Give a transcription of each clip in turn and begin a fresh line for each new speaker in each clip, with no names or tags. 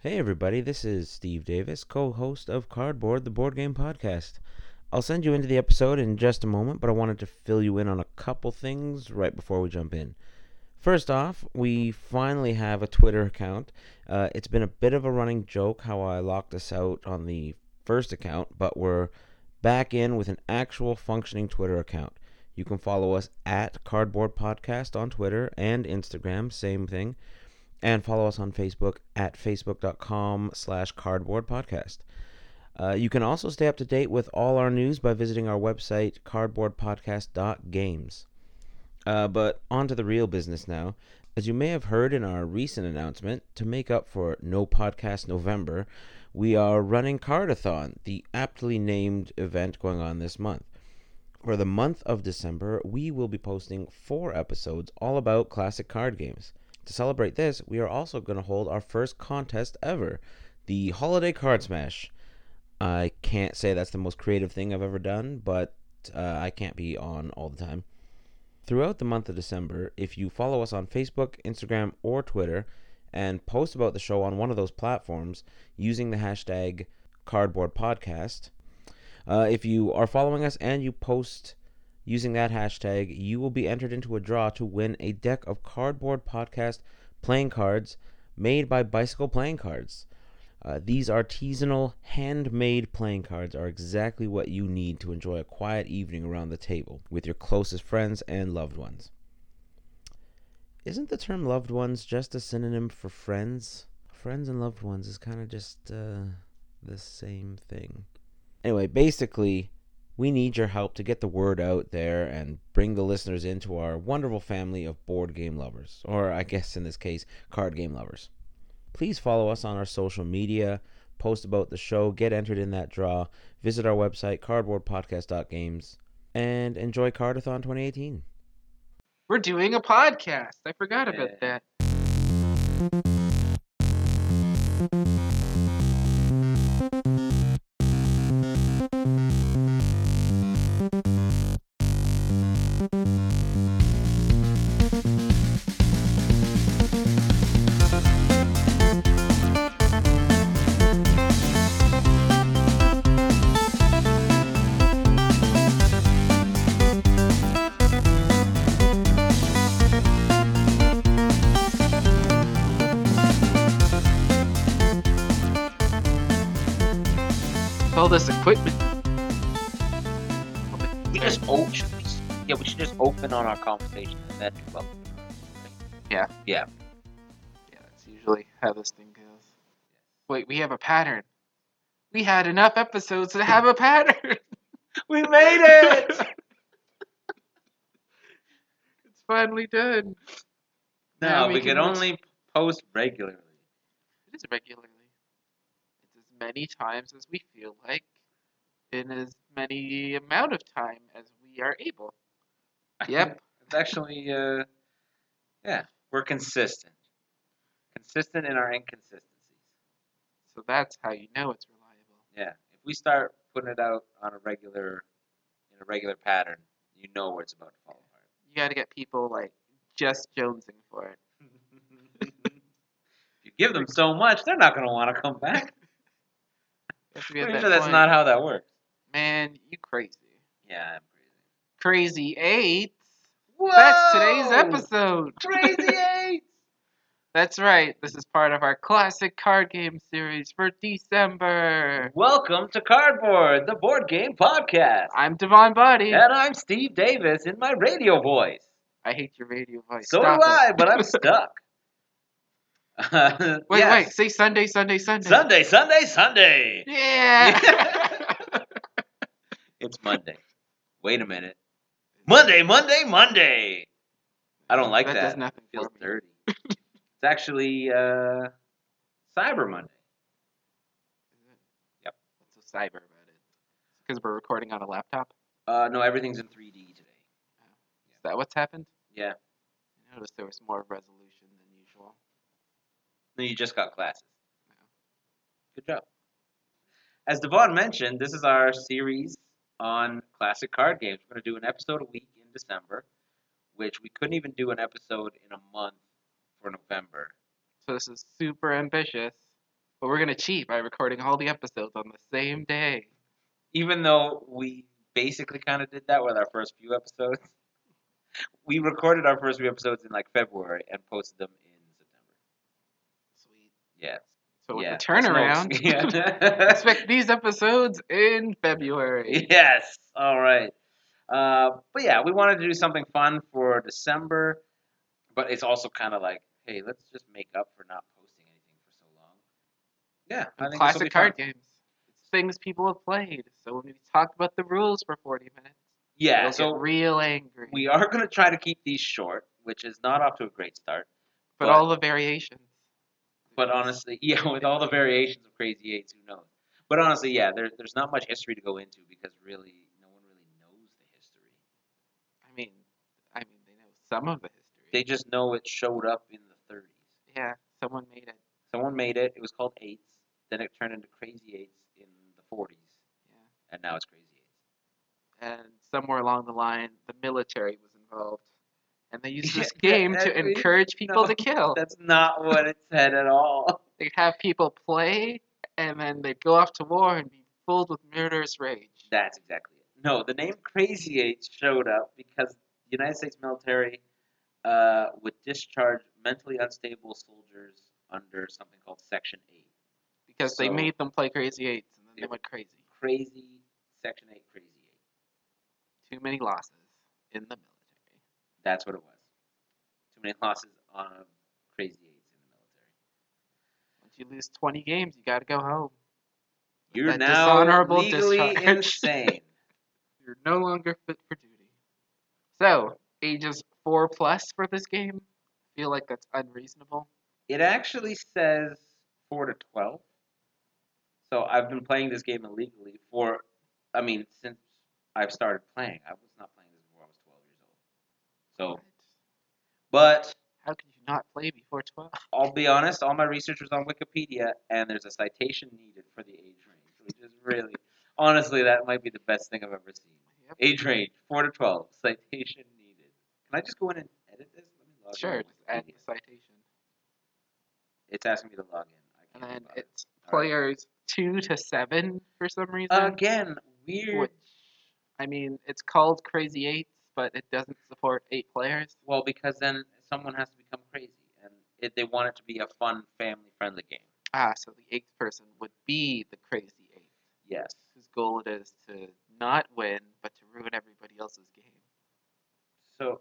Hey, everybody, this is Steve Davis, co host of Cardboard, the board game podcast. I'll send you into the episode in just a moment, but I wanted to fill you in on a couple things right before we jump in. First off, we finally have a Twitter account. Uh, it's been a bit of a running joke how I locked us out on the first account, but we're back in with an actual functioning Twitter account. You can follow us at Cardboard Podcast on Twitter and Instagram, same thing and follow us on Facebook at facebook.com slash cardboard podcast. Uh, you can also stay up to date with all our news by visiting our website, cardboardpodcast.games. Uh, but on to the real business now. As you may have heard in our recent announcement, to make up for No Podcast November, we are running Cardathon, the aptly named event going on this month. For the month of December, we will be posting four episodes all about classic card games. To celebrate this, we are also going to hold our first contest ever the Holiday Card Smash. I can't say that's the most creative thing I've ever done, but uh, I can't be on all the time. Throughout the month of December, if you follow us on Facebook, Instagram, or Twitter and post about the show on one of those platforms using the hashtag cardboardpodcast, uh, if you are following us and you post Using that hashtag, you will be entered into a draw to win a deck of cardboard podcast playing cards made by Bicycle Playing Cards. Uh, these artisanal, handmade playing cards are exactly what you need to enjoy a quiet evening around the table with your closest friends and loved ones. Isn't the term loved ones just a synonym for friends? Friends and loved ones is kind of just uh, the same thing. Anyway, basically, we need your help to get the word out there and bring the listeners into our wonderful family of board game lovers, or I guess in this case, card game lovers. Please follow us on our social media, post about the show, get entered in that draw, visit our website, cardboardpodcast.games, and enjoy Cardathon 2018.
We're doing a podcast. I forgot about that. All this equipment.
We just open. Yeah, we should just open on our conversation. and That's well.
Yeah.
Yeah.
Yeah, that's usually how this thing goes. Wait, we have a pattern. We had enough episodes to have a pattern.
We made it.
it's finally done.
no,
Now
we,
we
can,
can just-
only post regularly.
It is regularly. It's as many times as we feel like, in as many amount of time as we are able. Yep.
it's actually, uh, yeah, we're consistent. Consistent in our inconsistencies.
So that's how you know it's reliable.
Yeah. If we start putting it out on a regular, in a regular pattern, you know where it's about to fall
You got to get people like just jonesing for it.
apart. if you give them so much, they're not going to want to come back.
You have to be at
Pretty
that
sure that's
point,
not how that works.
Man, you crazy.
Yeah, I'm crazy.
Crazy eight.
Whoa!
That's today's episode.
Crazy eight.
That's right. This is part of our classic card game series for December.
Welcome to Cardboard, the board game podcast.
I'm Devon Body.
And I'm Steve Davis in my radio voice.
I hate your radio voice.
So do
Stop it.
I, but I'm stuck. Uh,
Wait,
yes.
wait. Say Sunday, Sunday, Sunday.
Sunday, Sunday, Sunday.
Yeah.
It's Monday. Wait a minute. Monday, Monday, Monday. I don't like that.
does nothing for
feels
me.
dirty. it's actually uh, Cyber Monday. Yep.
What's so cyber about it? Because we're recording on a laptop.
Uh, no, everything's in 3D today.
Is that what's happened?
Yeah.
I noticed there was more resolution than usual.
No, you just got classes.
Yeah.
Good job. As Devon mentioned, this is our series on classic card games. We're going to do an episode a week in December, which we couldn't even do an episode in a month for November.
So this is super ambitious. But we're going to cheat by recording all the episodes on the same day.
Even though we basically kind of did that with our first few episodes, we recorded our first few episodes in like February and posted them in September.
Sweet.
Yeah.
So with
yeah.
the turnaround,
Smokes. Yeah.
expect these episodes in February.
yes. All right. Uh, but yeah, we wanted to do something fun for December, but it's also kind of like, hey, let's just make up for not posting anything for so long. Yeah, I think
Classic card
game.
games. It's things people have played. So when we talk about the rules for 40 minutes,
Yeah,
they'll
so
get real angry.
we are going to try to keep these short, which is not off to a great start.
but
but-
all the variations.
But honestly, yeah, with all the variations of Crazy Eights, who knows? But honestly, yeah, there, there's not much history to go into because really, no one really knows the history.
I mean, I mean, they know some of the history.
They just know it showed up in the 30s.
yeah, someone made it.
Someone made it. It was called Eights. Then it turned into Crazy Eights in the 40s,
Yeah.
and now it's Crazy Eights.
And somewhere along the line, the military was involved. And they used
Yeah,
this
yeah,
game
that-
to
we-
encourage people
no,
to kill.
That's not what it said at all.
They'd have people play, and then they'd go off to war and be filled with murderous rage.
That's exactly it. No, the name Crazy Eights showed up because the United States military uh, would discharge mentally unstable soldiers under something called Section 8.
because they
So-
made them play Crazy Eights, and then
Yeah.
they went crazy.
Crazy, Section 8, Crazy 8.
Too many losses in the military.
That's what it was. Too many losses on Crazy Eights in the military.
Once you lose 20 games, you got to go home.
You're
That
now
dishonorable
legally
discharge.
insane.
You're no longer fit for duty. So, ages 4 plus for this game? I feel like that's unreasonable.
It actually says 4 to 12. So I've been playing this game illegally for, I mean, since I've started playing. I was not playing this before I was 12 years old.
What?
So, but
How could you not play before 12?
I'll be honest, all my research was on Wikipedia, and there's a citation needed for the age range, which is really, honestly, that might be the best thing I've ever seen.
Yep.
Age range, 4 to 12, citation needed. Can I just go in and edit this? Let me log in
Sure,
to
just add the
Wikipedia.
citation.
It's asking me to log in.
And
I can't
then
be bothered.
it's
All right.
players 2 to 7 for some reason.
Again, weird.
which, I mean, it's called Crazy Eights, but it doesn't support 8 players.
Well, because then someone has to become crazy, and it, they want it to be a fun, family-friendly game.
Ah, so the eighth person would be the crazy eighth,
Yes.
whose goal it is to not win, but to ruin everybody else's game.
So,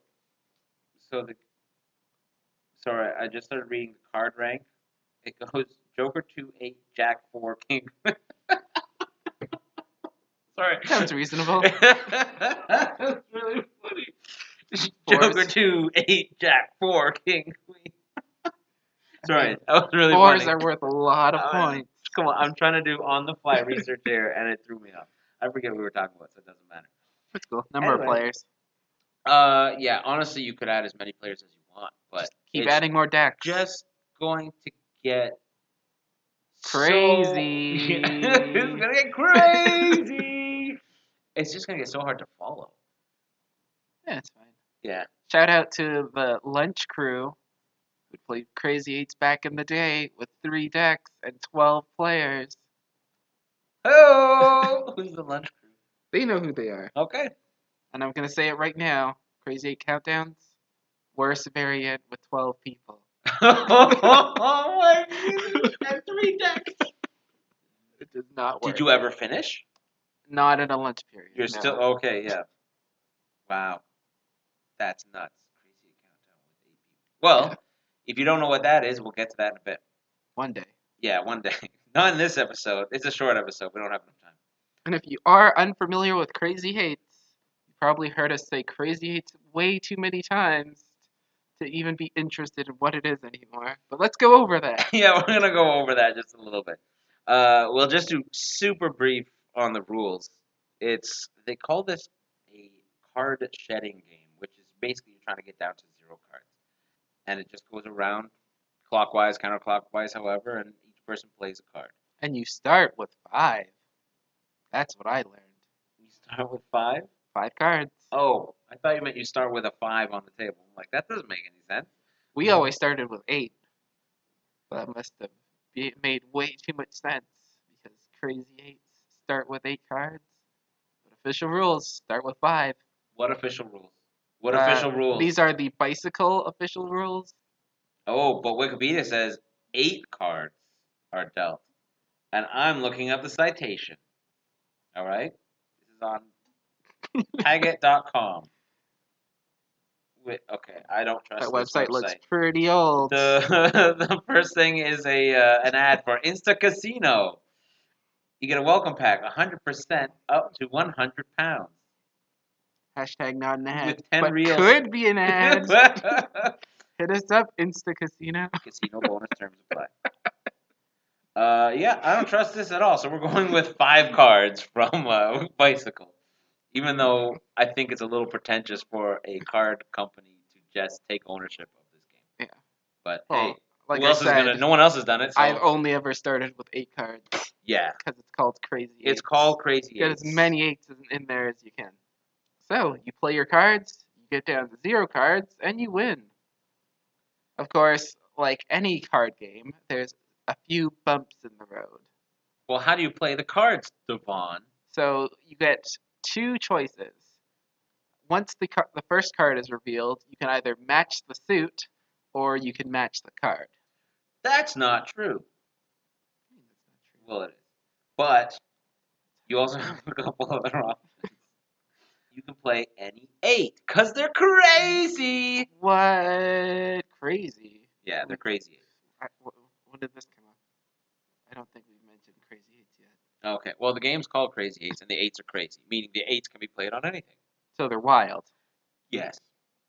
so the. Sorry, I just started reading the card rank. It goes Joker two eight Jack four King. sorry.
Sounds reasonable.
That's really funny. Joker
Fours.
two eight Jack four King Queen. sorry, that was really
Fours
funny.
are worth a lot of
Uh,
points.
Come on, I'm trying to do on the fly research here, and it threw me off. I forget what we were talking about, so it doesn't matter.
That's cool. Number of
anyway,
players.
Uh, yeah, honestly, you could add as many players as you want, but
Keep
it's
adding more decks.
just going to get so-
Crazy.
it's gonna get crazy. it's just gonna get so hard to follow.
yeah, it's fine.
Yeah,
Shout out to the lunch crew who played Crazy Eights back in the day with three decks and 12 players.
oh, who's the lunch crew?
They know who they are.
Okay,
and I'm gonna say it right now. Crazy Eight Countdowns, worst variant with 12 people.
oh my goodness, and three decks.
It does not work.
Did you ever finish?
Not in a lunch period.
You're
no.
still okay, yeah. Wow, that's nuts. Crazy countdown with eight people. Well, if you don't know what that is, we'll get to that in a bit.
one day.
Yeah, one day. Not in this episode. It's a short episode. We don't have enough time.
And if you are unfamiliar with Crazy Eights, you probably heard us say Crazy Eights way too many times to even be interested in what it is anymore. But let's go over that.
yeah, we're gonna go over that just a little bit. Uh, we'll just do super brief on the rules. It's they call this a card shedding game, which is basically you're trying to get down to zero cards, and it just goes around clockwise, counterclockwise, however, and each person plays a card.
And you start with five. That's what I learned.
You start with five.
Five cards.
Oh, I thought you meant you start with a five on the Oh. table. I'm like that doesn't make any sense.
We always started with eight. That must have be, made way too much sense because crazy eights start with eight cards, but official rules start with five.
What official rules? What
Uh,
official rules?
These are the bicycle official rules.
Oh, but Wikipedia says eight cards are dealt. And I'm looking up the citation. All right? This is on Paget.com. Wait, okay, I don't trust
That
this
website
website.
looks pretty old.
the, the first thing is a uh, an ad for Insta Casino. You get a welcome pack, 100% up to 100 pounds.
Hashtag not an ad.
With 10
but
reels.
could be an ad.
Casino
Hit us up, Insta Casino.
bonus terms apply. Uh, yeah, I don't trust this at all. So we're going with five cards from uh, Bicycle, even though I think it's a little pretentious for a card company to just take ownership of this game.
Yeah.
But
Well,
hey,
Like
who
I
else
said,
is gonna? No one else has done it. So
I've only ever started with eight cards
yeah,
because it's called Crazy
it's
Eights.
called Crazy.
Get as
Eights.
many eights in- in there as you can. So you play your cards, you get down to zero cards, and you win. Of course, like any card game, there's a few bumps in the road.
Well, how do you play the cards, Devon?
So you get two choices. Once the car- the first card is revealed, you can either match the suit or you can match the card.
That's not true. Well, it is. But you also have a couple other options. You can play any eight, because they're crazy.
What crazy?
Yeah, they're crazy.
I, wh- when did this come up? I don't think we've mentioned Crazy Eights yet.
Okay, well, the game's called Crazy Eights, and the eights are crazy, meaning the eights can be played on anything.
So they're wild.
Yes.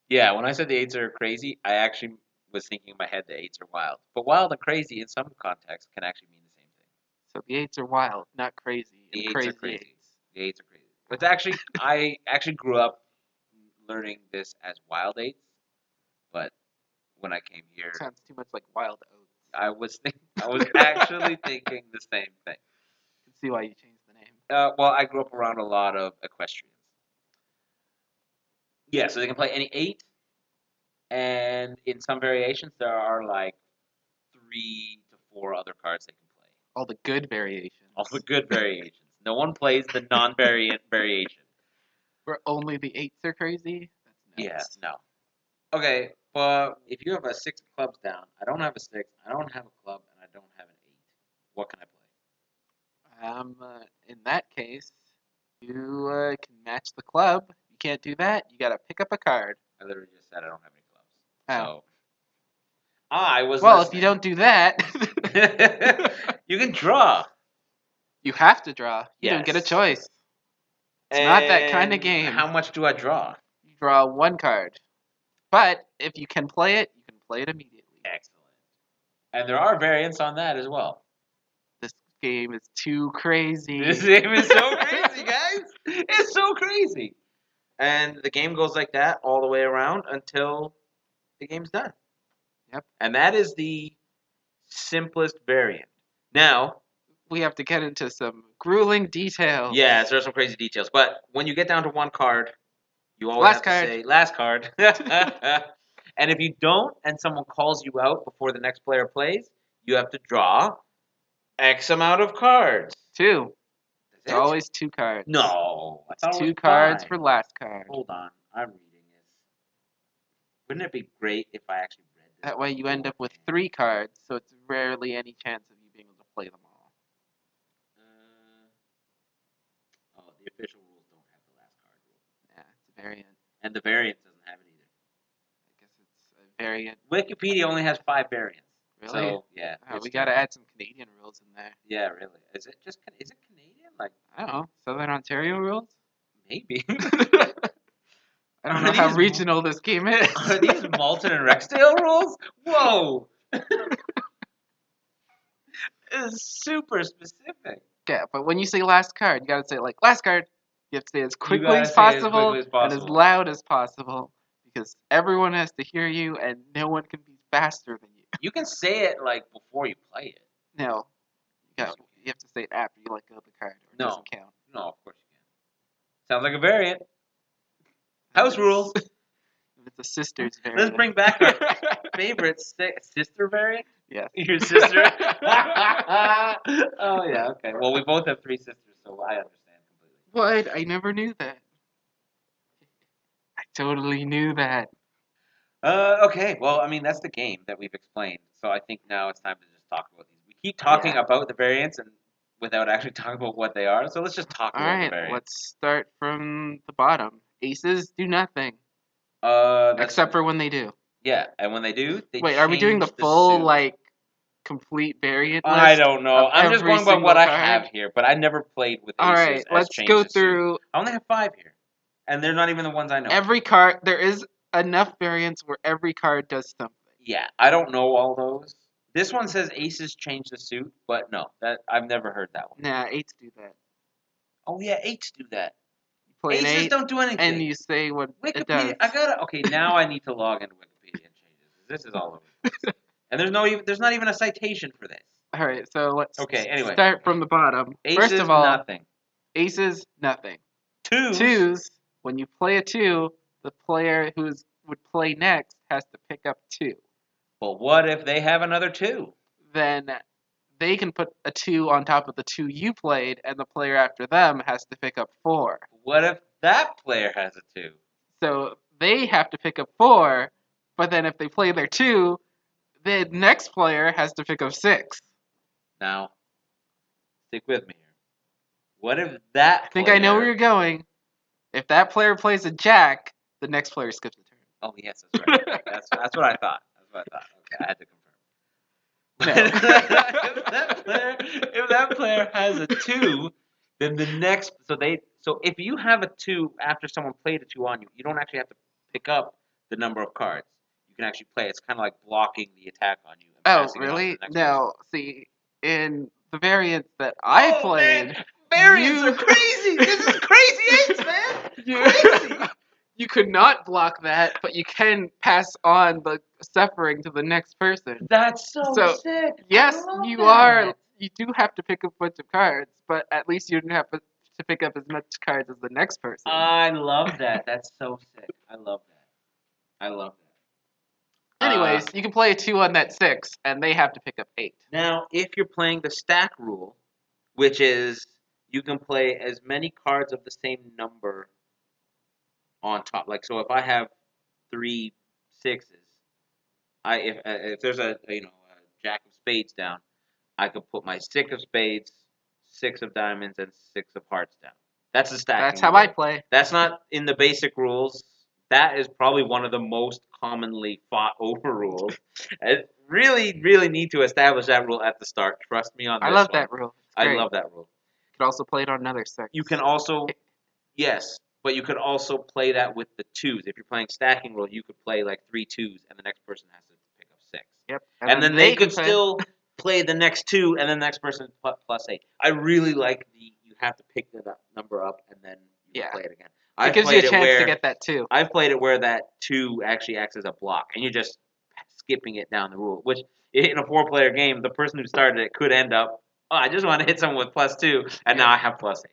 Yeah, when I said the eights are crazy, I actually was thinking in my head the eights are wild. But wild and crazy in some contexts can actually mean the same thing.
So the eights are wild, not crazy.
The
and
eights are
crazy
crazy.
eights.
The eights are crazy. It's actually I actually grew up learning this as wild eights, but when I came here,
Sounds too much like wild oats. I
I was think I was actually thinking the same thing.
can see why you changed the name.
Uh, well, I grew up around a lot of equestrians. Yeah, so they can play any eight, and in some variations there are like three to four other cards they can play.
All the good variations.
All the good variations. No one plays the non-variant variation.
Where only the eights are crazy. That's
Yeah,
nuts.
no. Okay, but if you have a six of clubs down, I don't have a six, I don't have a club, and I don't have an eight. What can I play?
Um, uh, in that case, you uh, can match the club. You can't do that. You gotta pick up a card.
I literally just said I don't have any clubs.
Oh.
So I was.
Well, if you don't do that,
don't, you can draw.
you have to draw. You don't get a
Yes.
choice. It's not that kinda
And
game.
How much do I draw?
You draw one card. But if you can play it, you can play it immediately.
Excellent. And there are variants on that as well.
This game is too crazy.
This game is so crazy, guys. It's so crazy. And the game goes like that all the way around until the game's done.
Yep.
And that is the simplest variant. Now,
we have to get into some grueling detail.
yes, there are some crazy details, but when you get down to one card, you always
Last
have
card.
to say last card. and if you don't, and someone calls you out before the next player plays, you have to draw X amount of cards.
Two. It's
That's it?
always two cards.
no. I thought it
Two
was
cards
five.
for last card.
Hold on, I'm reading this. Wouldn't it be great if I actually read this?
That way you end up with
beforehand?
three cards, so it's rarely any chance of you being able to play them all.
Uh, oh, the official rules don't have the last card rule,
Yeah, it's a variant.
and the variant doesn't have it either.
I guess it's a variant.
Wikipedia only has five variants.
Really?
So yeah.
Oh,
it's
we
just-
gotta add some Canadian rules in there.
Yeah, really. Is it just? Can- Is it Canadian? Like
I don't know. Southern Ontario rules?
maybe.
I don't
Are
know how
these-
regional this game is.
Are these Malton and Rexdale rules? Whoa. It's super specific.
yeah, but when you say last card, you gotta say like last card. You have to say as quickly
gotta
as
say it as
possible
quickly as
and as
possible.
loud as possible because everyone has to hear you and no one can be faster than you.
You can say it like before you play it.
No, you,
Yes,
got,
you
you have to say it after you let go of the card. Or it
No.
doesn't count.
No, of course you can. Sounds like a variant. House rules.
If it's a sister's variant.
Let's bring back our favorite si- sister variant.
Yes.
Your sister? oh yeah. Okay. Well, we both have three sisters, so I understand completely.
What? I never knew that. I totally knew that.
Uh, okay. Well, I mean that's the game that we've explained. So I think now it's time to just talk about these. We keep talking
Yeah.
about the variants and without actually talking about what they are. So let's just talk
All
about the
right,
variants.
let's start from the bottom. Aces do nothing
Uh, that's-
except for when they do.
yeah, and when they do, they
Wait, are we doing the
change
full
suit.
like complete variant list?
I don't know.
of
I'm just
every
going by what
single
I
card?
have here, but I never played with.
All
aces
right,
as
let's
change
go
the suit.
through
I only have five here, and they're not even the ones I know.
every card. There is enough variants where every card does something.
Yeah, I don't know all those. This one says aces change the suit, but no, that I've never heard that one.
Nah, eights do that.
Oh yeah, eights do that.
You play an
aces
eight,
don't do anything.
and you say what it
Wikipedia.
does.
I gotta. Okay, now I need to log into Wikipedia and change this. This is all over. the place. and there's no even. There's not even a citation for this.
All right, so let's
Okay, anyway.
start from the bottom.
Aces,
First of all,
nothing.
aces nothing.
Twos.
twos, when you play a two, the player who is, would play next has to pick up two.
But what if they have another two?
Then they can put a two on top of the two you played, and the player after them has to pick up four.
What if that player has a two?
So they have to pick up four, but then if they play their two, the next player has to pick up six.
Now, stick with me here. What if that?
I think I know where you're going. If that player plays a jack, the next player skips a turn.
Oh yes, that's right. that's, that's what I thought. That's what I thought. Okay, I had to confirm.
No.
if, that player, if that player has a two, then the next so they so if you have a two after someone played a two on you, you don't actually have to pick up the number of cards. You can actually play. It's kind of like blocking the attack on you. and
Oh,
passing it on to
really?
the next person.
No. See, in the variants that I
Oh,
played,
Man, variants
you-
are crazy. This is crazy eights, man. Crazy.
you, you could not block that, but you can pass on the suffering to the next person.
That's so,
So,
sick. I
Yes,
love
you
that.
are. You do have to pick up a bunch of cards, but at least you don't have to pick up as much cards as the next person.
I love that. That's so sick. I love that. I love that.
Anyways,
uh,
you can play a two on that six, and they have to pick up eight.
Now, if you're playing the stack rule, which is you can play as many cards of the same number on top. Like, so if I have three sixes, I if uh, if there's a you know a jack of spades down, I could put my six of spades, six of diamonds, and six of hearts down. That's the stack.
That's how I play.
That's not in the basic rules. That is probably one of the most commonly fought over rules. I really, really need to establish that rule at the start. Trust me on this.
I love
one.
that rule. It's
I
great.
love that rule.
You could also play it on another six.
You can also, yes, but you could also play that with the twos. If you're playing stacking rule, you could play like three twos, and the next person has to pick up six.
Yep.
And, then, they,
can
could
play-
still play the next two, and then the next person pl- plus eight. I really like the you have to pick the nu- number up and then you
Yeah.
play it again.
It
I've
gives you a
played
chance
where-
to get that too.
I've played it where that two actually acts as a block, and you're just skipping it down the rule. Which in a four-player game, the person who started it could end up, oh, I just want to hit someone with plus two, and now I have plus eight.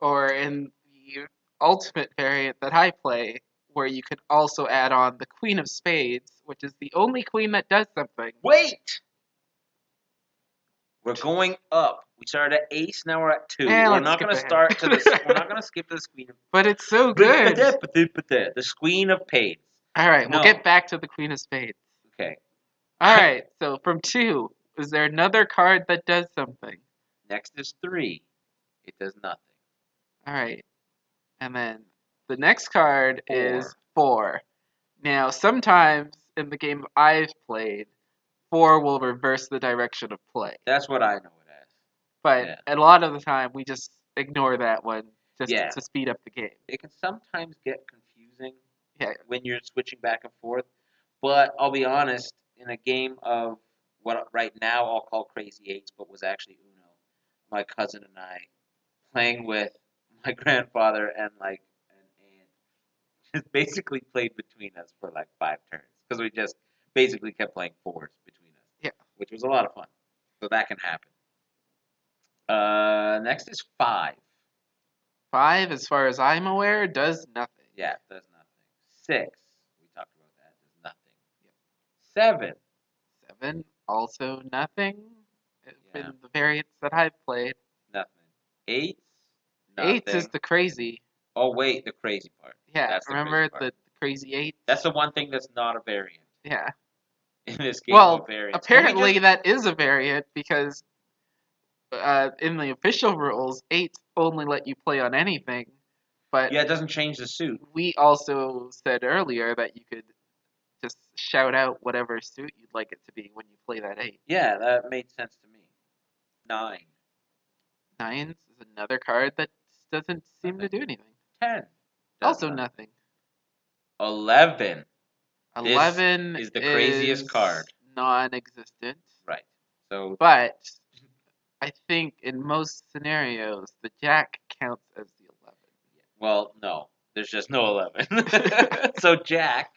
or in the ultimate variant that I play, where you can also add on the Queen of Spades, which is the only queen that does something.
Wait, we're going up. We started at ace, now we're at two.
Eh,
we're
let's
not
skip
going to
ahead.
start to this. We're not going to skip to the queen. of-
But it's so good.
The queen of spades.
All right, we'll
No.
get back to the Queen of Spades.
Okay,
All right, so from two, is there another card that does something?
next is three. It does nothing.
All right, and then the next card is four. Now, sometimes in the game I've played, four will reverse the direction of play.
That's what I know it as.
But
Yeah.
a lot of the time, we just ignore that one just
Yeah.
to speed up the game.
It can sometimes get confusing
Yeah,
when you're switching back and forth. But I'll be honest, in a game of what right now I'll call Crazy Eights, but was actually Uno, my cousin and I playing with my grandfather and like an aunt, just basically played between us for like five turns because we just basically kept playing fours between us.
Yeah.
which was a lot of fun. So that can happen. Uh, next is five.
five, as far as I'm aware, does nothing.
Yeah, does nothing. Six. We talked about that. Does nothing. Seven.
Seven also nothing uh,
Yeah.
in the variants that I've played.
Nothing. Eight. Nothing.
Eights is the crazy.
Oh wait, the crazy part.
Yeah,
That's the
remember
crazy part.
the crazy eight?
That's the one thing that's not a variant
Yeah.
in this game.
Well,
a variant.
Apparently, that is a variant because uh, in the official rules, eights only let you play on anything. But
yeah, it doesn't change the suit.
we also said earlier that you could just shout out whatever suit you'd like it to be when you play that eight.
Yeah, that made sense to me. Nine.
Nines is another card that doesn't seem to do anything.
Ten. Does
Also
nothing.
nothing.
Eleven. This
Eleven
is the craziest
is
card.
Non-existent,
Right. So
but I think in most scenarios the jack counts as the eleven.
well, no. There's just no eleven. so Jack,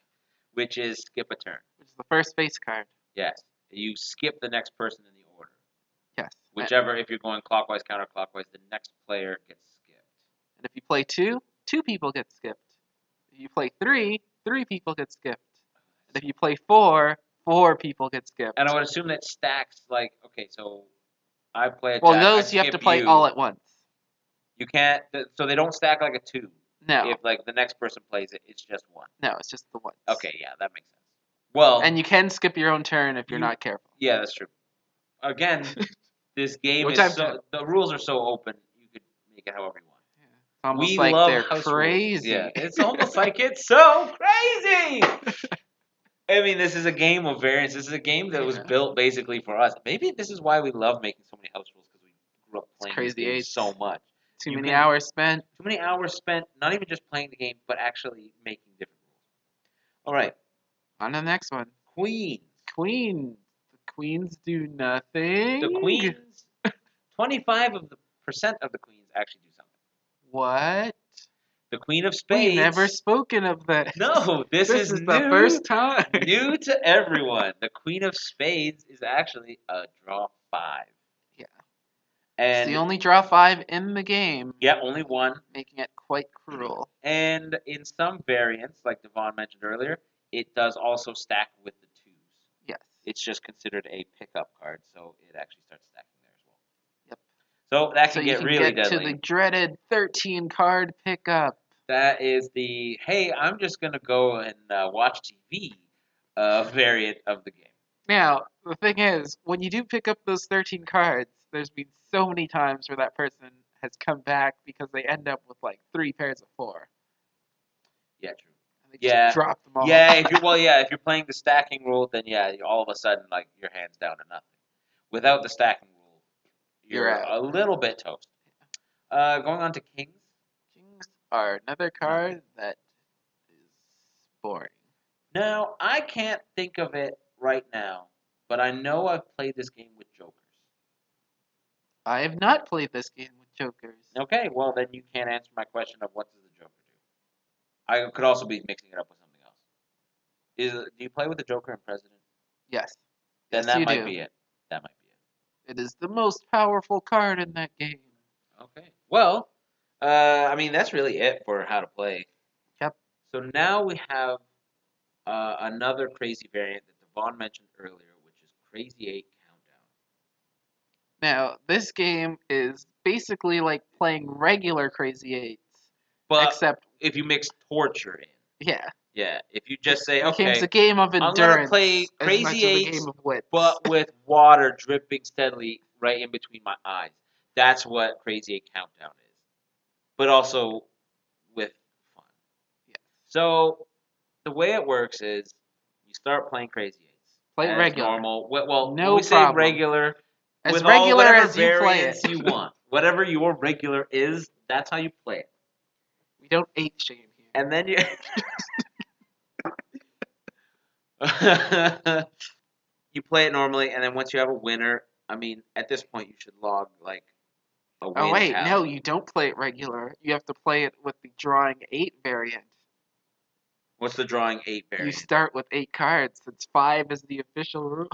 which is skip a turn.
which is the first face card.
Yes. You skip the next person in the order.
Yes. and
Whichever, if you're going clockwise, counterclockwise, the next player gets skipped.
if you play two, two people get skipped. If you play three, three people get skipped. And if you play four, four people get skipped.
And I would assume that stacks like okay, so I play a
well,
jack, I
those you have to
skip
play
you.
all at once.
You can't, th- so they don't stack like a two.
No,
If like the next person plays it, it's just one.
no, it's just the once.
Okay, yeah, that makes sense. Well,
And you can skip your own turn if you're
You-
not careful.
yeah, that's true. Again, this game
Which
is
I'm-
so, the rules are so open. You could make it however you want.
Yeah. It's almost
we
like
love
they're
house rules.
crazy.
Yeah, it's almost like it's so crazy. I mean, this is a game of variance. This is a game that was
Yeah.
built basically for us. Maybe this is why we love making so many house rules because we grew up playing these
crazy
games
eights.
so much.
Too
you
many
can-
hours spent.
Too many hours spent not even just playing the game, but actually making different rules. All right,
On to the next one.
Queen.
Queens. The queens do nothing.
The Queens. Twenty-five of the percent of the Queens actually do something.
What?
The Queen of Spades.
We've never spoken of that.
No, this,
this is, the
new.
first time.
new to everyone. The Queen of Spades is actually a draw five.
Yeah.
And
It's the only draw five in the game,
yeah, only one.
making it quite cruel.
And in some variants, like Devon mentioned earlier, it does also stack with the twos.
Yes.
It's just considered a pickup card, so it actually starts stacking there as well.
Yep.
So that
so
can
you
get
can
really
get
deadly.
to the dreaded 13 card pickup.
That is the hey, I'm just gonna go and uh, watch TV uh, variant of the game.
Now, the thing is, when you do pick up those 13 cards, there's been so many times where that person has come back because they end up with like three pairs of four.
Yeah, true.
And they just
Yeah.
drop them all.
Yeah, if you're well, yeah, if you're playing the stacking rule, then yeah, you- all of a sudden like your hands down to nothing. Without the stacking rule, you're,
You're
a little bit toast. Uh, going on to kings.
Kings are another card that is boring.
Now I can't think of it right now, but I know I've played this game with jokers.
I have not played this game with jokers.
Okay, well then you can't answer my question of what does the joker do. I could also be mixing it up with something else. Is do you play with the joker and president?
Yes.
Then
Yes,
that
you
might
do.
be it. That might be it.
It is the most powerful card in that game.
Okay. Well, uh, I mean that's really it for how to play.
Yep.
So now we have uh, another crazy variant that Devon mentioned earlier, which is Crazy Eight Countdown.
Now, this game is basically like playing regular Crazy Eights,
But
except
if you mix torture in,
yeah,
yeah, if you just say
it becomes
okay,
a game of
gonna
endurance.
play
as
Crazy
much as a
Eights,
game of wits.
but with water dripping steadily right in between my eyes, that's what Crazy Eight Countdown is. But also with fun.
Yes.
So the way it works is you start playing Crazy Eights.
Play
as
regular.
Normal. Well, well
No
when we say
problem.
regular.
as
with all,
regular
whatever
as you play
variants
it.
you want. Whatever your regular is, that's how you play it.
We don't age shame here.
And then you. you play it normally, and then once you have a winner, I mean, at this point, you should log like a win.
Oh wait,
tally.
no, you don't play it regular. You have to play it with the drawing eight variant.
What's the drawing eight
You
variant?
start with eight cards since five is the official rule.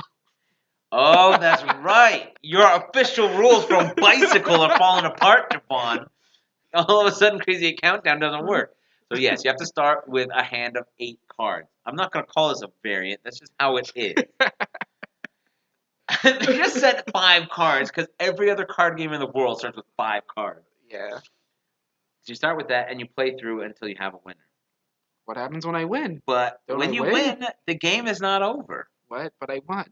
Oh, that's right. Your official rules from Bicycle are falling apart, Javon. All of a sudden, Crazy Eight Countdown doesn't work. So, yes, you have to start with a hand of eight cards. I'm not going to call this a variant. That's just how it is. they just said five cards because every other card game in the world starts with five cards.
Yeah.
So you start with that and you play through until you have a winner.
What happens when I win?
But
Don't
when
I
you
win?
win, the game is not over.
What? But I won.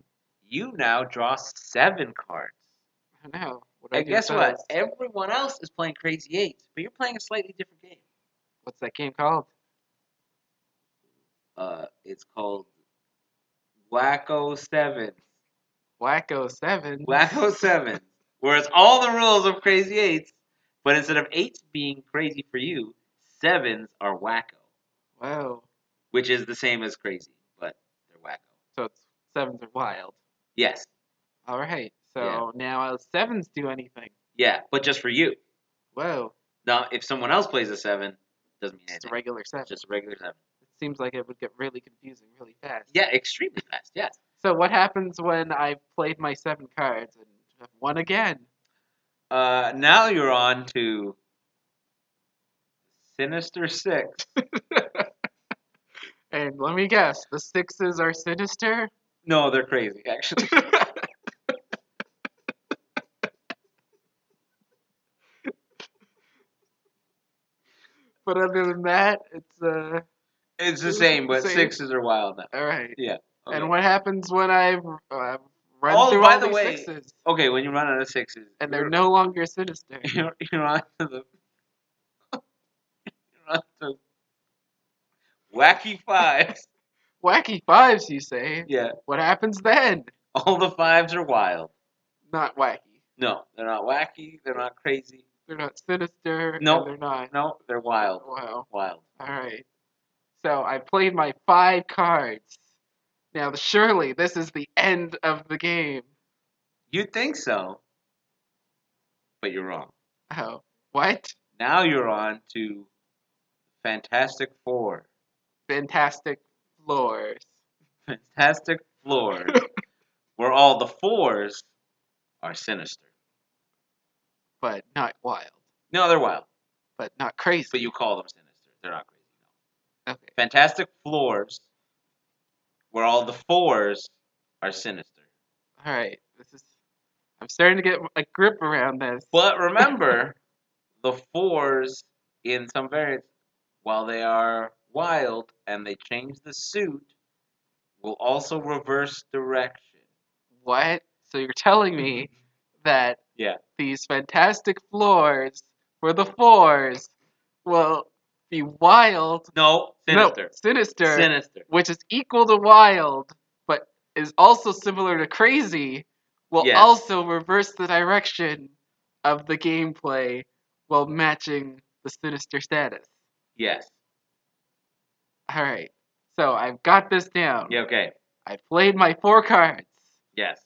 You now draw seven cards.
I don't know. What do I
And
do
guess
with
what?
those?
Everyone else is playing Crazy Eights, but you're playing a slightly different game.
What's that game called?
Uh, it's called Wacko Seven.
Wacko Seven.
Wacko Seven, where it's all the rules of Crazy Eights, but instead of eights being crazy for you, sevens are wacko,
Whoa.
which is the same as crazy, but they're wacko.
So it's sevens are wild.
Yes,
All right. So
Yeah.
now uh, sevens do anything.
yeah, but just for you.
Whoa.
Now, if someone else plays a seven, doesn't mean
Just a
anything.
regular seven.
It's just a regular seven.
It seems like it would get really confusing really fast.
Yeah, extremely fast. Yes.
So what happens when I've played my seven cards and have won again?
Uh, now you're on to Sinister Six.
And let me guess, the sixes are sinister?
No, they're crazy, actually.
But other than that, it's uh
It's the same, but
Same.
sixes are wild now.
all right.
Okay.
And what happens when I've uh, run
Oh,
through
by
all
the
these
way-
sixes
okay, when you run out of sixes,
and they're
you're-
no longer sinister?
you're, you're on to the you're on to wacky fives.
Wacky fives, you say?
yeah,
What happens then?
all the fives are wild.
Not wacky.
No, they're not wacky. They're not crazy.
They're not sinister. and
Nope.
they're not.
No, they're wild.
Wow.
Wild.
All right. So I played my five cards. Now, surely this is the end of the game.
You'd think so, but you're wrong.
Oh, what?
Now you're on to Fantastic Four.
Fantastic floors.
Fantastic Floors, where all the fours are sinister.
but not wild,
No, they're wild,
but not crazy.
but you call them sinister. They're not crazy.
okay.
No. Fantastic Floors, where all the fours are sinister.
All right. This is. I'm starting to get a grip around this.
But remember, the fours in some variants, while they are wild and they change the suit, will also reverse direction.
What? So you're telling me that
Mm-hmm. Yeah.
these fantastic floors for the fours will be wild.
No, sinister.
No, sinister.
Sinister.
which is equal to wild, but is also similar to crazy, will
Yes.
also reverse the direction of the gameplay while matching the sinister status.
Yes.
All right, so I've got this down.
Yeah, okay.
I played my four cards.
Yes.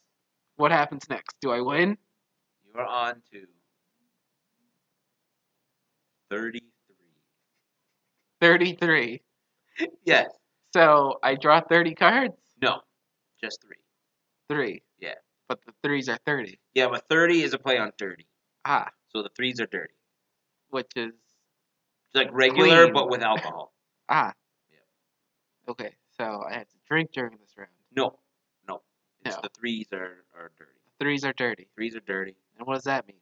What happens next? Do I win?
You are on to 33.
33.
Yes.
So I draw 30 cards?
No. Just three.
Three.
Yeah.
But the threes are 30.
Yeah, but 30 is a play on dirty.
Ah,
So the threes are dirty.
which is.
It's like regular,
Clean.
but with alcohol.
Ah.
Yep.
Okay, so I have to drink during this round.
No. No. It's
No.
The threes are, are dirty.
Threes are dirty.
Threes are dirty.
And what does that mean?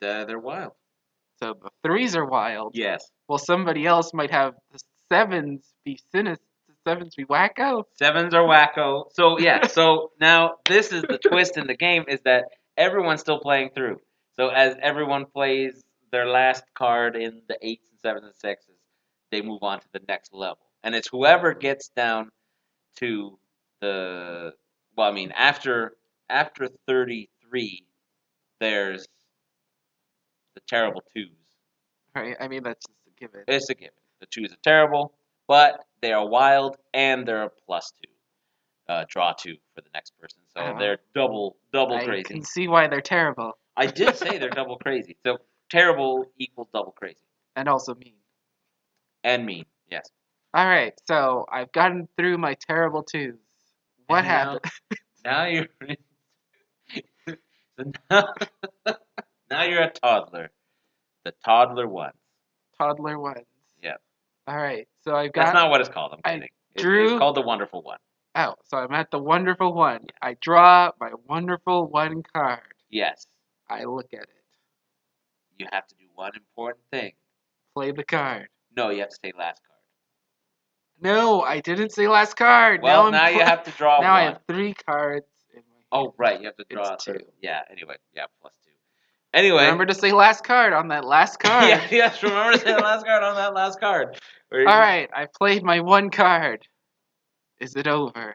They're, they're wild.
So the threes are wild.
Yes.
Well, somebody else might have the sevens be sinis, the sevens be wacko.
Sevens are wacko. So yeah, so now this is the twist in the game is that everyone's still playing through. So as everyone plays their last card in the eights and sevens and sixes, they move on to the next level. And it's whoever gets down to the well, I mean after after thirty three, there's the terrible twos.
Right? I mean, that's just a given.
It's a given. The twos are terrible, but they are wild and they're a plus two. Uh, draw two for the next person. So
Uh-huh.
they're double double
I
crazy.
can see why they're terrible
I did say they're double crazy. So terrible equals double crazy.
and also mean.
And mean, yes.
All right, so I've gotten through my terrible twos. What
And
happened?
Now, now you're so now, now you're a toddler. The toddler one.
Toddler ones.
Yeah.
All right, so I've got
That's not what it's called, I'm
I
kidding. It-
drew-
It's called the wonderful one.
Oh, so I'm at the wonderful one. I draw my wonderful one card.
Yes,
I look at it.
you have to do one important thing.
Play the card.
No, you have to say last card.
No, I didn't say last card.
Well,
I'm
now you
pl-
have to draw
Now I
one.
have three cards in my hand.
Oh, right. You have to
It's
draw a third.
two.
Yeah. Anyway. Yeah. Plus two. Anyway.
Remember to say last card on that last card.
Oh, Yeah, yes. Remember to say the last card on that last card. Where
All
you-
right, I played my one card. Is it over?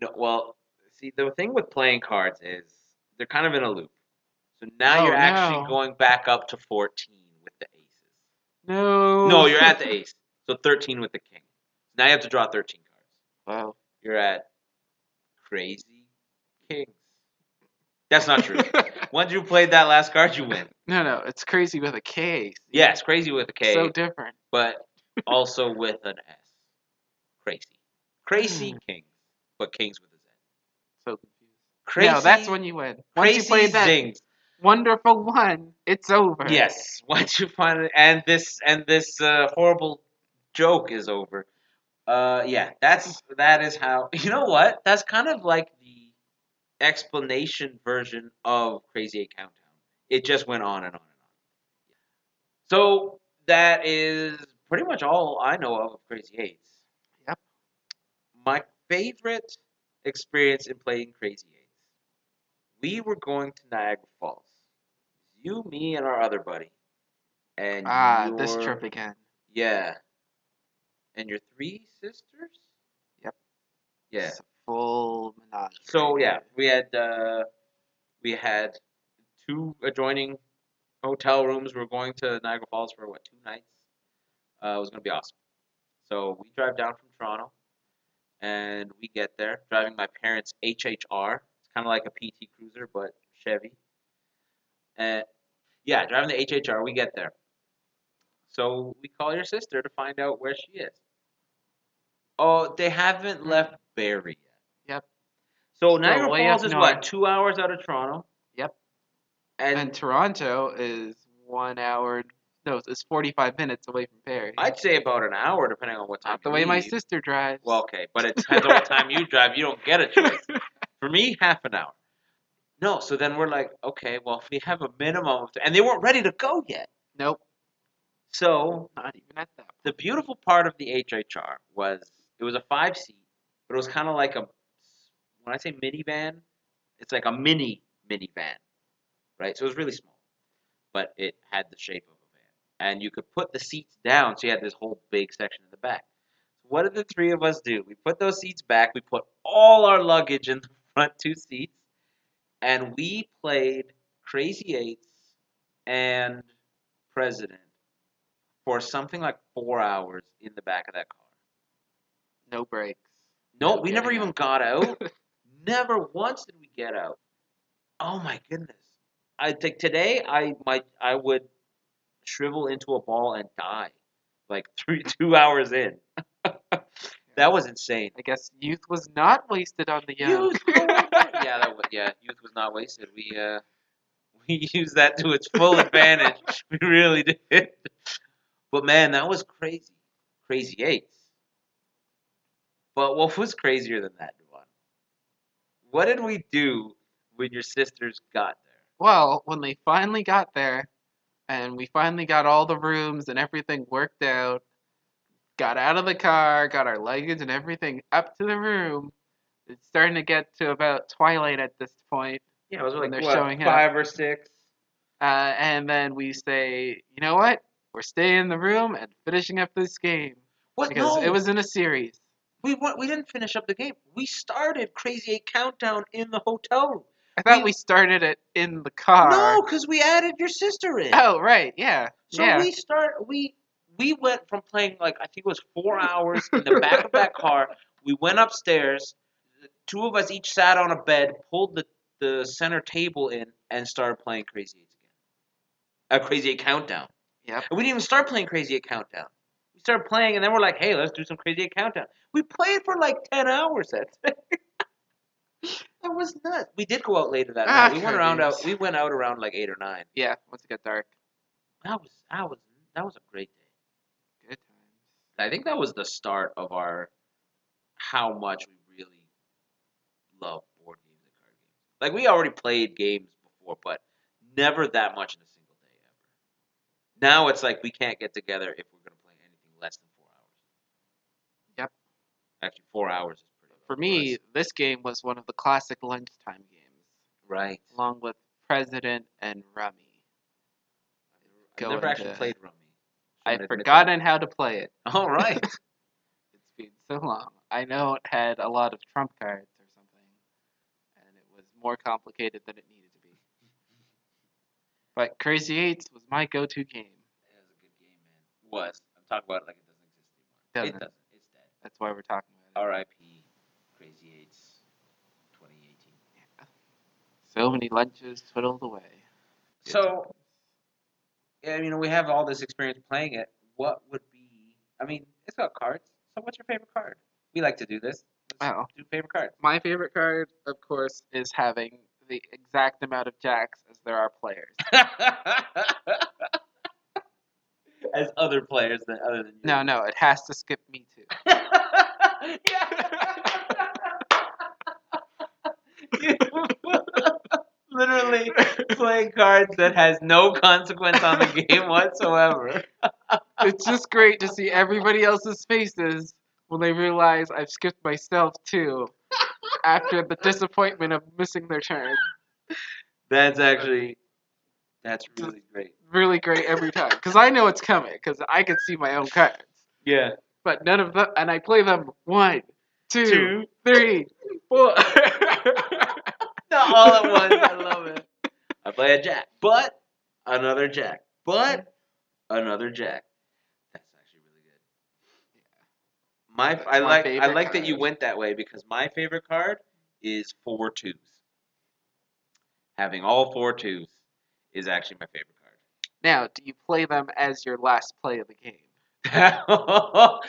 No, well, see, the thing with playing cards is they're kind of in a loop. So now
Oh,
you're actually
no.
going back up to 14 with the aces.
No.
No, you're at the ace. So 13 with the king. Now you have to draw 13 cards.
Wow.
You're at crazy kings. That's not true. Once you played that last card, you win.
no, no, it's crazy with a K.
Yes, crazy with a K.
So different.
but also with an S. Crazy. Crazy
Hmm.
Kings, but Kings with a Z.
So confused.
Crazy.
no, that's when you win. Once
crazy
you play that
Zings.
wonderful one, it's over.
Yes, once you find it, and this and this uh, horrible joke is over. Uh, yeah, that's that is how. You know what? That's kind of like the explanation version of Crazy Eight Countdown. It just went on and on and on. So that is pretty much all I know of Crazy Eights.
Yep.
My favorite experience in playing Crazy Eights. We were going to Niagara Falls. You, me, and our other buddy. And
Ah, this
your-
trip again.
Yeah. And your three sisters?
Yep.
Yeah.
It's a full menagerie.
So yeah, we had uh, we had two adjoining hotel rooms. We were going to Niagara Falls for what two nights. Uh, it was gonna be awesome. So we drive down from Toronto, and we get there driving my parents' HHR. It's kind of like a PT Cruiser but Chevy. And yeah, driving the HHR, we get there. So we call your sister to find out where she is. Oh, they haven't left Barrie yet. So Niagara
Hmm. way
Falls
up
is
north.
what two hours out of Toronto.
Yep.
And,
And, Toronto is one hour. No, it's 45 minutes away from Paris.
I'd say about an hour, depending on what time.
Not the
you
way my
leave.
sister drives.
Well, okay, but it depends on what time you drive. You don't get a choice. For me, half an hour. No, so then we're like, okay, well, if we have a minimum, of and they weren't ready to go yet.
nope,
So
not even at that.
the beautiful part of the HHR was it was a five seat, but it was kind of like a when I say minivan, it's like a mini minivan, right? So it was really small, but it had the shape of a van, and you could put the seats down, so you had this whole big section in the back. What did the three of us do? We put those seats back. We put all our luggage in the front two seats, and we played Crazy Eights and President for something like four hours in the back of that car.
No breaks.
No,
No
we never
getting
even
out.
got out. never once did we get out. Oh my goodness! I think today I might I would shrivel into a ball and die, like three two hours in. that was insane.
I guess youth was not wasted on the young.
Youth, oh my God. yeah, that was, yeah, youth was not wasted. We uh, we used that to its full advantage. We really did. But man, that was crazy, crazy eights. But what was crazier than that, Devon? What did we do when your sisters got there?
well, when they finally got there, and we finally got all the rooms and everything worked out, got out of the car, got our luggage and everything up to the room. It's starting to get to about twilight at this point.
Yeah, it was
When
like
they're
what,
showing up.
five or six.
Uh, and then we say, you know what? We're staying in the room and finishing up this game.
What?
Because
no,
it was in a series.
we wa- we didn't finish up the game. We started Crazy Eight Countdown in the hotel room.
I thought
We-
we, started it in the car.
No, because we added your sister in.
Oh, right. Yeah.
So
yeah.
we start we we went from playing like I think it was four hours in the back of that car. We went upstairs. The two of us each sat on a bed, pulled the, the center table in, and started playing Crazy Eights again. A Crazy Eight Countdown.
Yep.
And we didn't even start playing Crazy Eight Countdown. We started playing, and then we're like, "Hey, let's do some Crazy Eight Countdown." We played for like ten hours that day. that was nuts. We did go out later that
Ah,
night. We went around out.
goodness.
We went out around like eight or nine.
yeah, once it got dark.
That was that was that was a great day.
Good times.
I think that was the start of our how much we love board games and card games. Like we already played games before, but never that much in a single day ever. Now it's like we can't get together if we're gonna play anything less than four hours.
Yep.
Actually, four hours is pretty.
For me,
us.
this game was one of the classic lunchtime games,
right?
along with President and Rummy.
I've
go
never actually
into-
played Rummy.
I've
Shouldn't admit
forgotten how to play it.
that. All right.
It's been so long. I know it had a lot of trump cards or something, and it was more complicated than it needed to be. But Crazy Eights was my go to game.
That was a good game, man. Was. I'm talking about it like it doesn't exist anymore.
Doesn't.
It doesn't. It's dead.
That's why we're talking about it.
R.I.P. Crazy Eights, 2018.
So many lunches twiddled away. Good
So,
times.
yeah, you know, we have all this experience playing it. What would be? I mean, it's got cards. So, what's your favorite card? We like to do this. Let's
Oh.
do favorite card.
my favorite card, of course, is having the exact amount of jacks as there are players.
As other players than other than you.
No, no, it has to skip me too.
You Literally playing cards that has no consequence on the game whatsoever.
it's just great to see everybody else's faces when they realize I've skipped myself too after the disappointment of missing their turn.
That's actually that's really great.
Really great every time because I know it's coming because I can see my own cards.
Yeah.
But none of them, and I play them one, two, three, four.
Not all at once. I love it. I play a jack, but another jack, but another jack. That's actually really good. My
That's
I
my
like I
favorite
like that you
card.
went that way because my favorite card is four twos. Having all four twos is actually my favorite card.
Now, do you play them as your last play of the game?
oh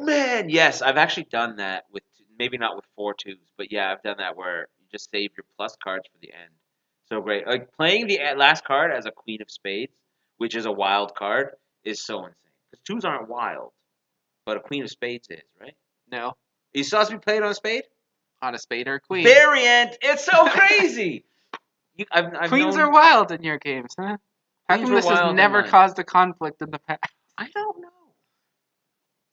man, yes, I've actually done that with maybe not with four twos, but yeah, I've done that where you just save your plus cards for the end. So great, like playing the uh, last card as a queen of spades, which is a wild card, is so insane because twos aren't wild, but a queen of spades is, right?
No,
You saw us be played on a spade
on a spade or a queen.
variant. It's so crazy. You, I've, I've
Queens
known-
are wild in your games, huh? How
Queens
come
were
this
wild
has
in
never
mine.
caused a conflict in the past?
I don't know.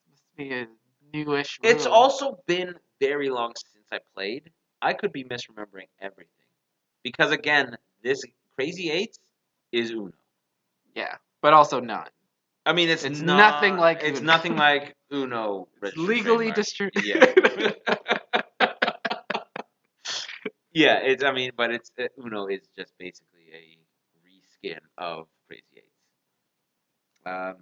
Must be a newish.
It's
rule.
also been very long since I played. I could be misremembering everything. Because again, this Crazy Eights is Uno.
yeah, but also not.
I mean, it's,
It's
not-
nothing like
it's
Uno.
nothing like Uno.
It's
registered
legally
trademark.
distributed.
Yeah. yeah, it's. I mean, but it's uh, Uno is just basically a reskin of Crazy Eights. Um,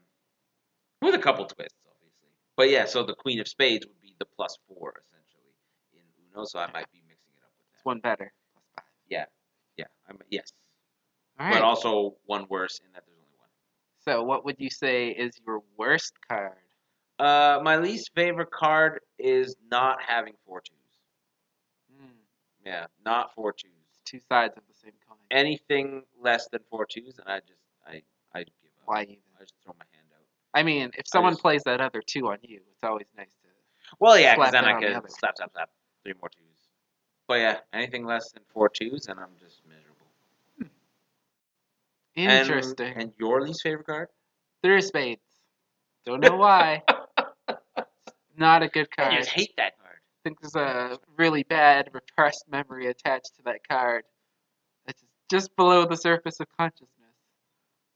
with a couple twists, obviously. But yeah, so the Queen of Spades would be the plus four essentially in Uno. So I might be mixing it up with that.
It's one better.
Yeah, I'm, yes,
All
but
right.
also one worse in that there's only one.
so, what would you say is your worst card?
Uh, my least favorite card is not having four twos.
Hmm,
Yeah, not four twos.
it's two sides of the same coin.
anything less than four twos, and I just I I give up.
Why even?
I just throw my hand out.
I mean, if someone
just-
plays that other two on you, it's always nice to.
Well, yeah, because
Slap
then
it
I
on the
could
other.
slap, slap, slap, three more twos. But yeah, anything less than four twos, and I'm just miserable. And-
Interesting.
And, your least favorite card?
Three of spades. Don't know why. Not a good
I
card.
just hate that card.
think there's a really bad repressed memory attached to that card. It's just below the surface of consciousness.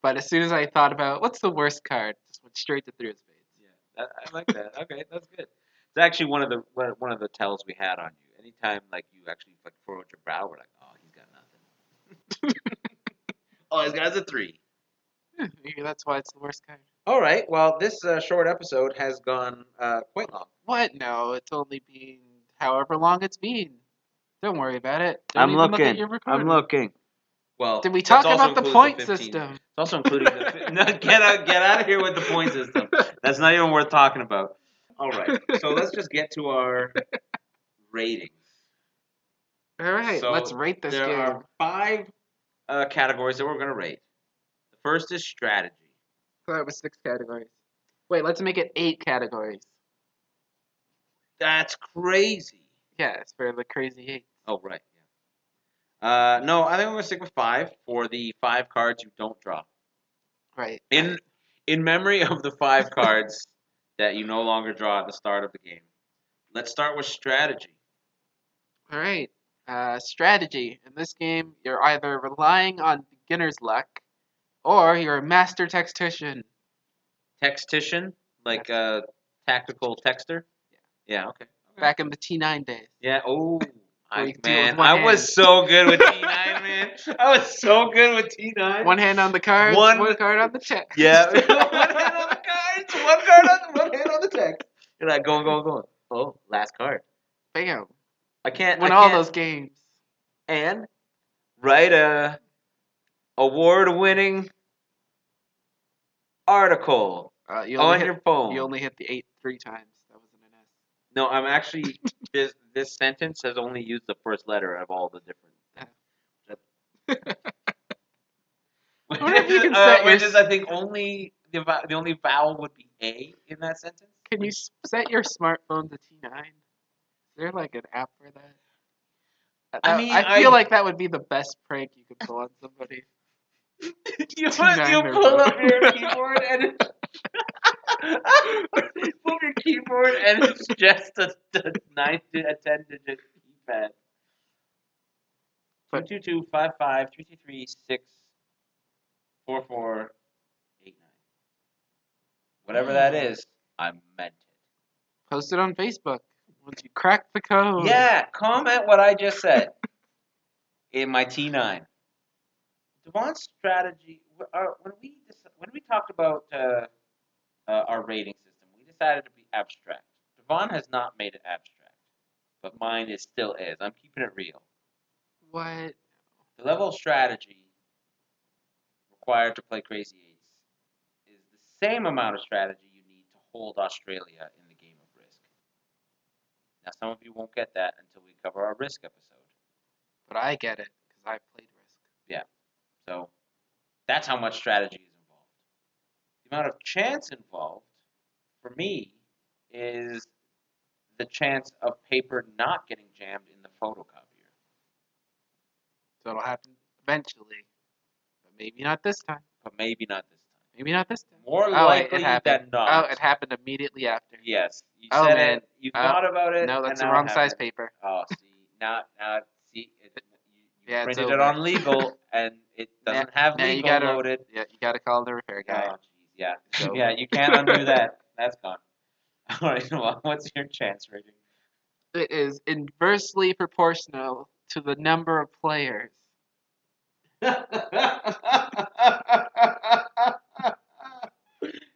But as soon as I thought about what's the worst card, just went straight to three of spades.
Yeah, that, I like that. okay, that's good. It's actually one of the one one of the tells we had on you. Anytime like you actually like furrowed your brow, we're like, oh, he's got nothing. All Oh, he's got is a three.
Hmm, Maybe that's why it's the worst card.
All right. Well, this uh, short episode has gone uh, quite long.
What? No, it's only been however long it's been. Don't worry about it. Don't
I'm
even Look
looking.
at your recording.
looking. Well,
Did we
that's
talk
also
about the
includes
point
15.
system?
It's also including the. Fi- no, get out! Get out of here with the point system. That's not even worth talking about. All right. So let's just get to our ratings.
All right,
So,
let's rate this
there
game.
are five uh, categories that we're going to rate. The first is strategy.
That was six categories. Wait, let's make it eight categories.
That's crazy.
Yeah, it's for the crazy eight.
Oh, right. Yeah. Uh, no, I think I'm gonna stick with five for the five cards you don't draw.
Right.
In in memory of the five cards that you no longer draw at the start of the game, let's start with strategy.
All right. Uh, strategy. In this game, you're either relying on beginner's luck or you're a master tactician.
Textician, like uh, tactical texter. Yeah. Okay. okay.
Back in the T9 days.
Yeah. Oh.
Where
I,
you do it with
man,
one
I
hand.
was so good with T9, man. I was so good with T9.
One hand on the cards,
One-
one, card on the check.
Yeah. one hand on the cards, one card on one hand on the text. You're like going, going, going. Oh, last card.
Bam.
I can't.
Won
I
all
can't-
those games.
and write a award-winning article
Uh, you,
on
only hit,
your phone.
you only hit the eight three times. That wasn't an S.
No, I'm actually this this sentence has only used the first letter of all the different. Which
wonder if you
is-
can
uh,
set your
which
s-
is, I think, only the vo- the only vowel would be a in that sentence.
Can you s- set your smartphone to T9? Is there like an app for that? Uh,
I
that-
mean,
I feel
I-
like that would be the best prank you could pull on somebody.
you,
T9
you
or
pull up
both.
your keyboard and it's pull up your keyboard and it's just a, a nine di- a ten digit keypad. Two
But-
two two five five two two three six four four eight nine. Whatever that is, I meant it.
Post it on Facebook. Once you crack the code.
Yeah, comment what I just said in my T nine. Devon's strategy. wh- our- When we dec- when we talked about uh, uh, our rating system, we decided to be abstract. Devon has not made it abstract, but mine is still is. I'm keeping it real.
What?
The level of strategy required to play Crazy Eights is the same amount of strategy you need to hold Australia in the game of Risk. Now, some of you won't get that until we cover our Risk episode.
But I get it because I played Risk.
So that's how much strategy is involved. The amount of chance involved for me is the chance of paper not getting jammed in the photocopier.
So it'll happen eventually. But maybe not this time.
But maybe not this time.
Maybe not this time.
More
oh, wait,
likely
it happened.
than not.
Oh, it happened immediately after.
Yes. You
Oh,
said
man.
it. You
Oh,
thought about it.
No,
and
that's the
now it
wrong size
happened.
paper.
Oh, see, now, now, see, it, you, you
Yeah, it's
printed
over.
it on legal, and it doesn't have
now you
legal
gotta-
loaded.
Yeah, you gotta call the repair guy.
Oh, geez, yeah.
So-
Yeah, you can't undo that. That's gone. All right, well, what's your chance rating?
It is inversely proportional to the number of players.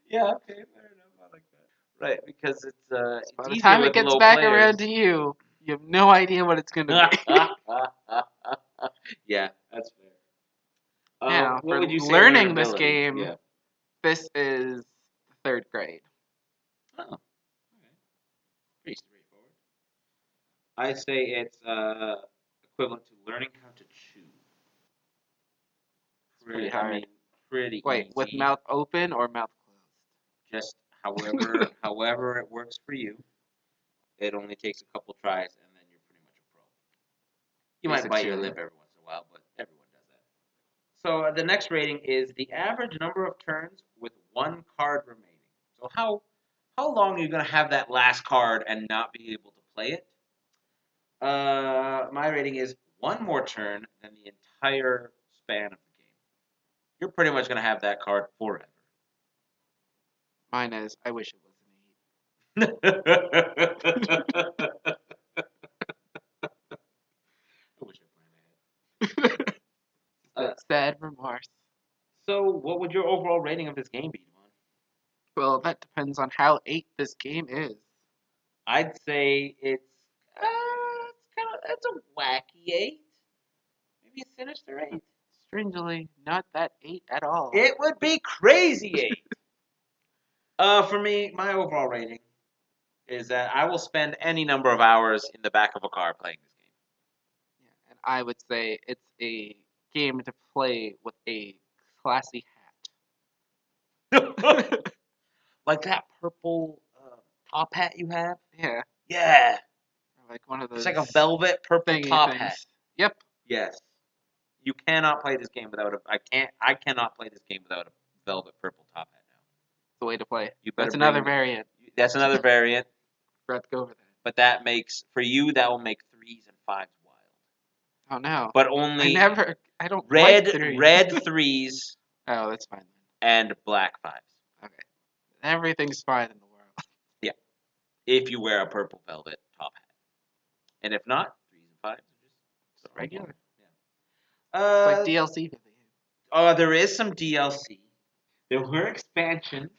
yeah, okay, fair enough. I like that. Right, because it's uh, it's
By the
easier
time it
with
gets
low
back
players.
around to you, you have no idea what it's gonna be.
yeah, that's fair. Um,
Now,
what
for
would you say
learning
your
this
ability-
game-
Yeah.
this is third grade.
Oh, okay. Pretty straightforward. I say it's uh, equivalent to learning how to chew.
pretty
I
hard.
mean, pretty
Wait, with
easy.
mouth open or mouth closed?
just however however it works for you. It only takes a couple tries and then you're pretty much a pro. You might bite your
Basically.
lip every once in a while, but everyone does that. So uh, the next rating is the average number of turns with one card remaining. So how how long are you gonna have that last card and not be able to play it? Uh, my rating is one more turn than the entire span of the game. You're pretty much gonna have that card forever.
Mine is. I wish it was an eight.
I wish I planned ahead. Uh,
That's sad remorse.
so, what would your overall rating of this game be, Devon?
Well, that depends on how eight this game is.
I'd say it's uh, it's kind of that's a wacky eight, maybe a sinister eight.
Strangely, not that eight at all.
It would be crazy eight. uh, for me, my overall rating is that I will spend any number of hours in the back of a car playing this game.
Yeah, and I would say it's a game to play with a classy hat.
like that purple uh, top hat you have?
Yeah.
Yeah.
I like one of those
It's like a velvet purple
thingy
top
things.
hat.
Yep.
Yes. You cannot play this game without a. I can't. I cannot play this game without a velvet purple top hat now.
The way to play.
You better
That's another
bring-
variant.
That's another variant.
Forgot to go over that.
But that makes for you that will make threes and fives wild.
Oh no.
But
I
only
never. I don't.
red
Like threes.
red threes
Oh, that's fine.
and black fives.
Okay. Everything's fine in the world.
If you wear a purple velvet top hat, and if not, threes and fives are just
Regular.
Uh,
It's like DLC for the
Oh, there is some DLC. There were expansions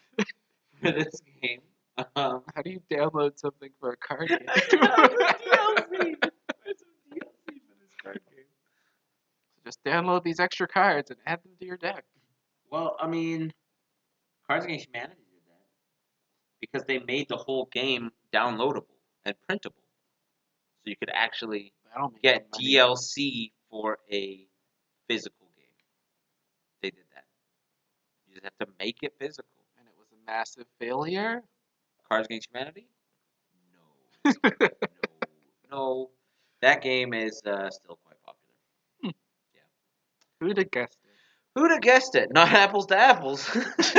for this game. Um,
How do you download something for a card game? Just download these extra cards and add them to your deck.
Well, I mean, Cards Against Humanity did that because they made the whole game downloadable and printable, so you could actually
That'll make
get
some money.
DLC for a physical game. They did that. You just have to make it physical.
And it was a massive failure.
Cards Against Humanity? No. no. No. That game is uh, still quite popular.
Who'd have guessed it?
Who'd have guessed it? Not apples to apples.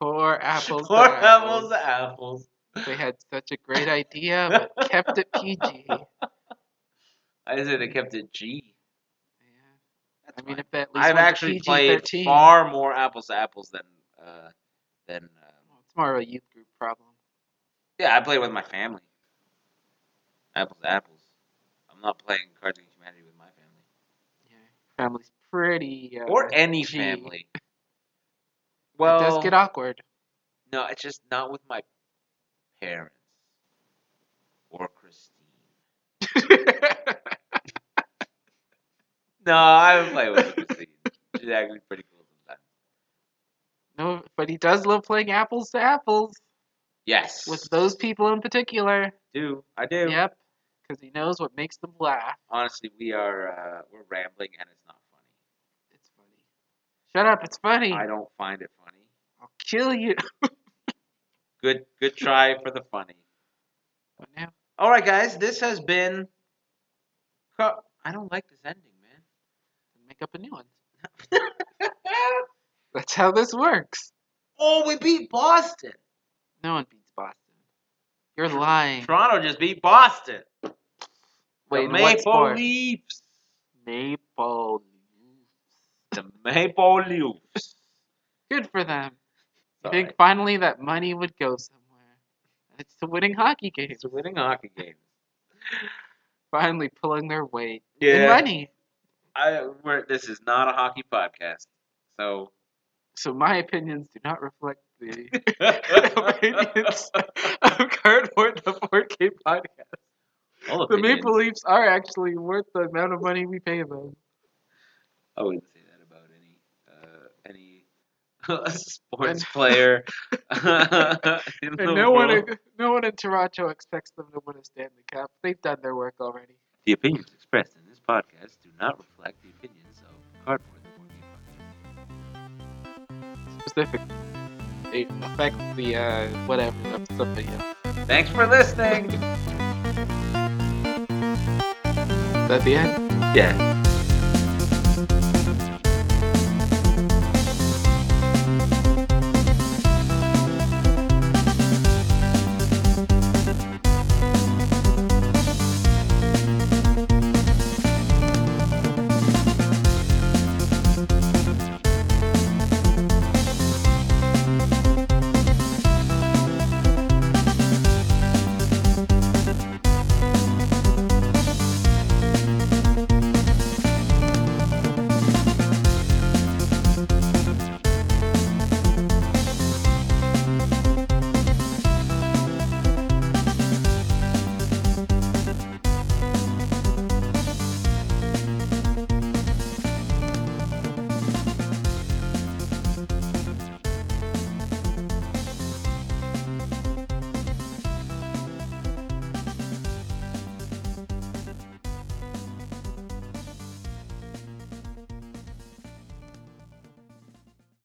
Poor apples.
Or
to apples.
apples to apples.
They had such a great idea, but kept it PG. Yeah.
I say they kept it G. That's
I mean,
fine.
if that at least
I've
went to
actually played
PG-13.
far more apples to apples than uh, than um,
Well, It's more of a youth group problem.
yeah. I play with my family. Apples to apples. I'm not playing Cards Against Humanity with my family.
Yeah. Family's pretty. Uh,
or any
G.
family.
it does get awkward.
no, it's just not with my parents or Christine. No, I haven't played with Christine. She's actually pretty cool sometimes.
no, but he does love playing apples to apples
Yes,
with those people in particular.
do I do?
Yep, because he knows what makes them laugh.
Honestly, we are uh, we're rambling and it's not funny.
It's funny. Shut up! It's funny.
I don't find it funny.
I'll kill you.
Good, good try for the funny.
What now?
All right, guys, this has been. Co- I don't like this ending, man.
Make up a new one. That's how this works.
oh, we beat Boston.
No one beats Boston. You're lying.
Toronto just beat Boston.
Wait,
the
in what
Maple
sport?
Leafs.
Maple Leafs.
The Maple Leafs.
Good for them. I
Sorry.
think finally that money would go somewhere. And It's the winning hockey game.
It's a winning hockey game.
Finally pulling their weight. in money.
I, we're, this is not a hockey podcast, so.
So my opinions do not reflect the opinions of Cardboard the 4K podcast.
All
The
opinions.
Maple Leafs are actually worth the amount of money we pay them.
I wouldn't say that about any uh, any sports player. in the
And no one,
world.
no one in Toronto expects them to win a Stanley Cup. They've done their work already.
The opinions expressed in this podcast do not reflect the opinions of Cardboard the Board Game Podcast.
Specific. They affect the uh, whatever of somebody else.
Thanks for listening.
Is that the end?
yeah.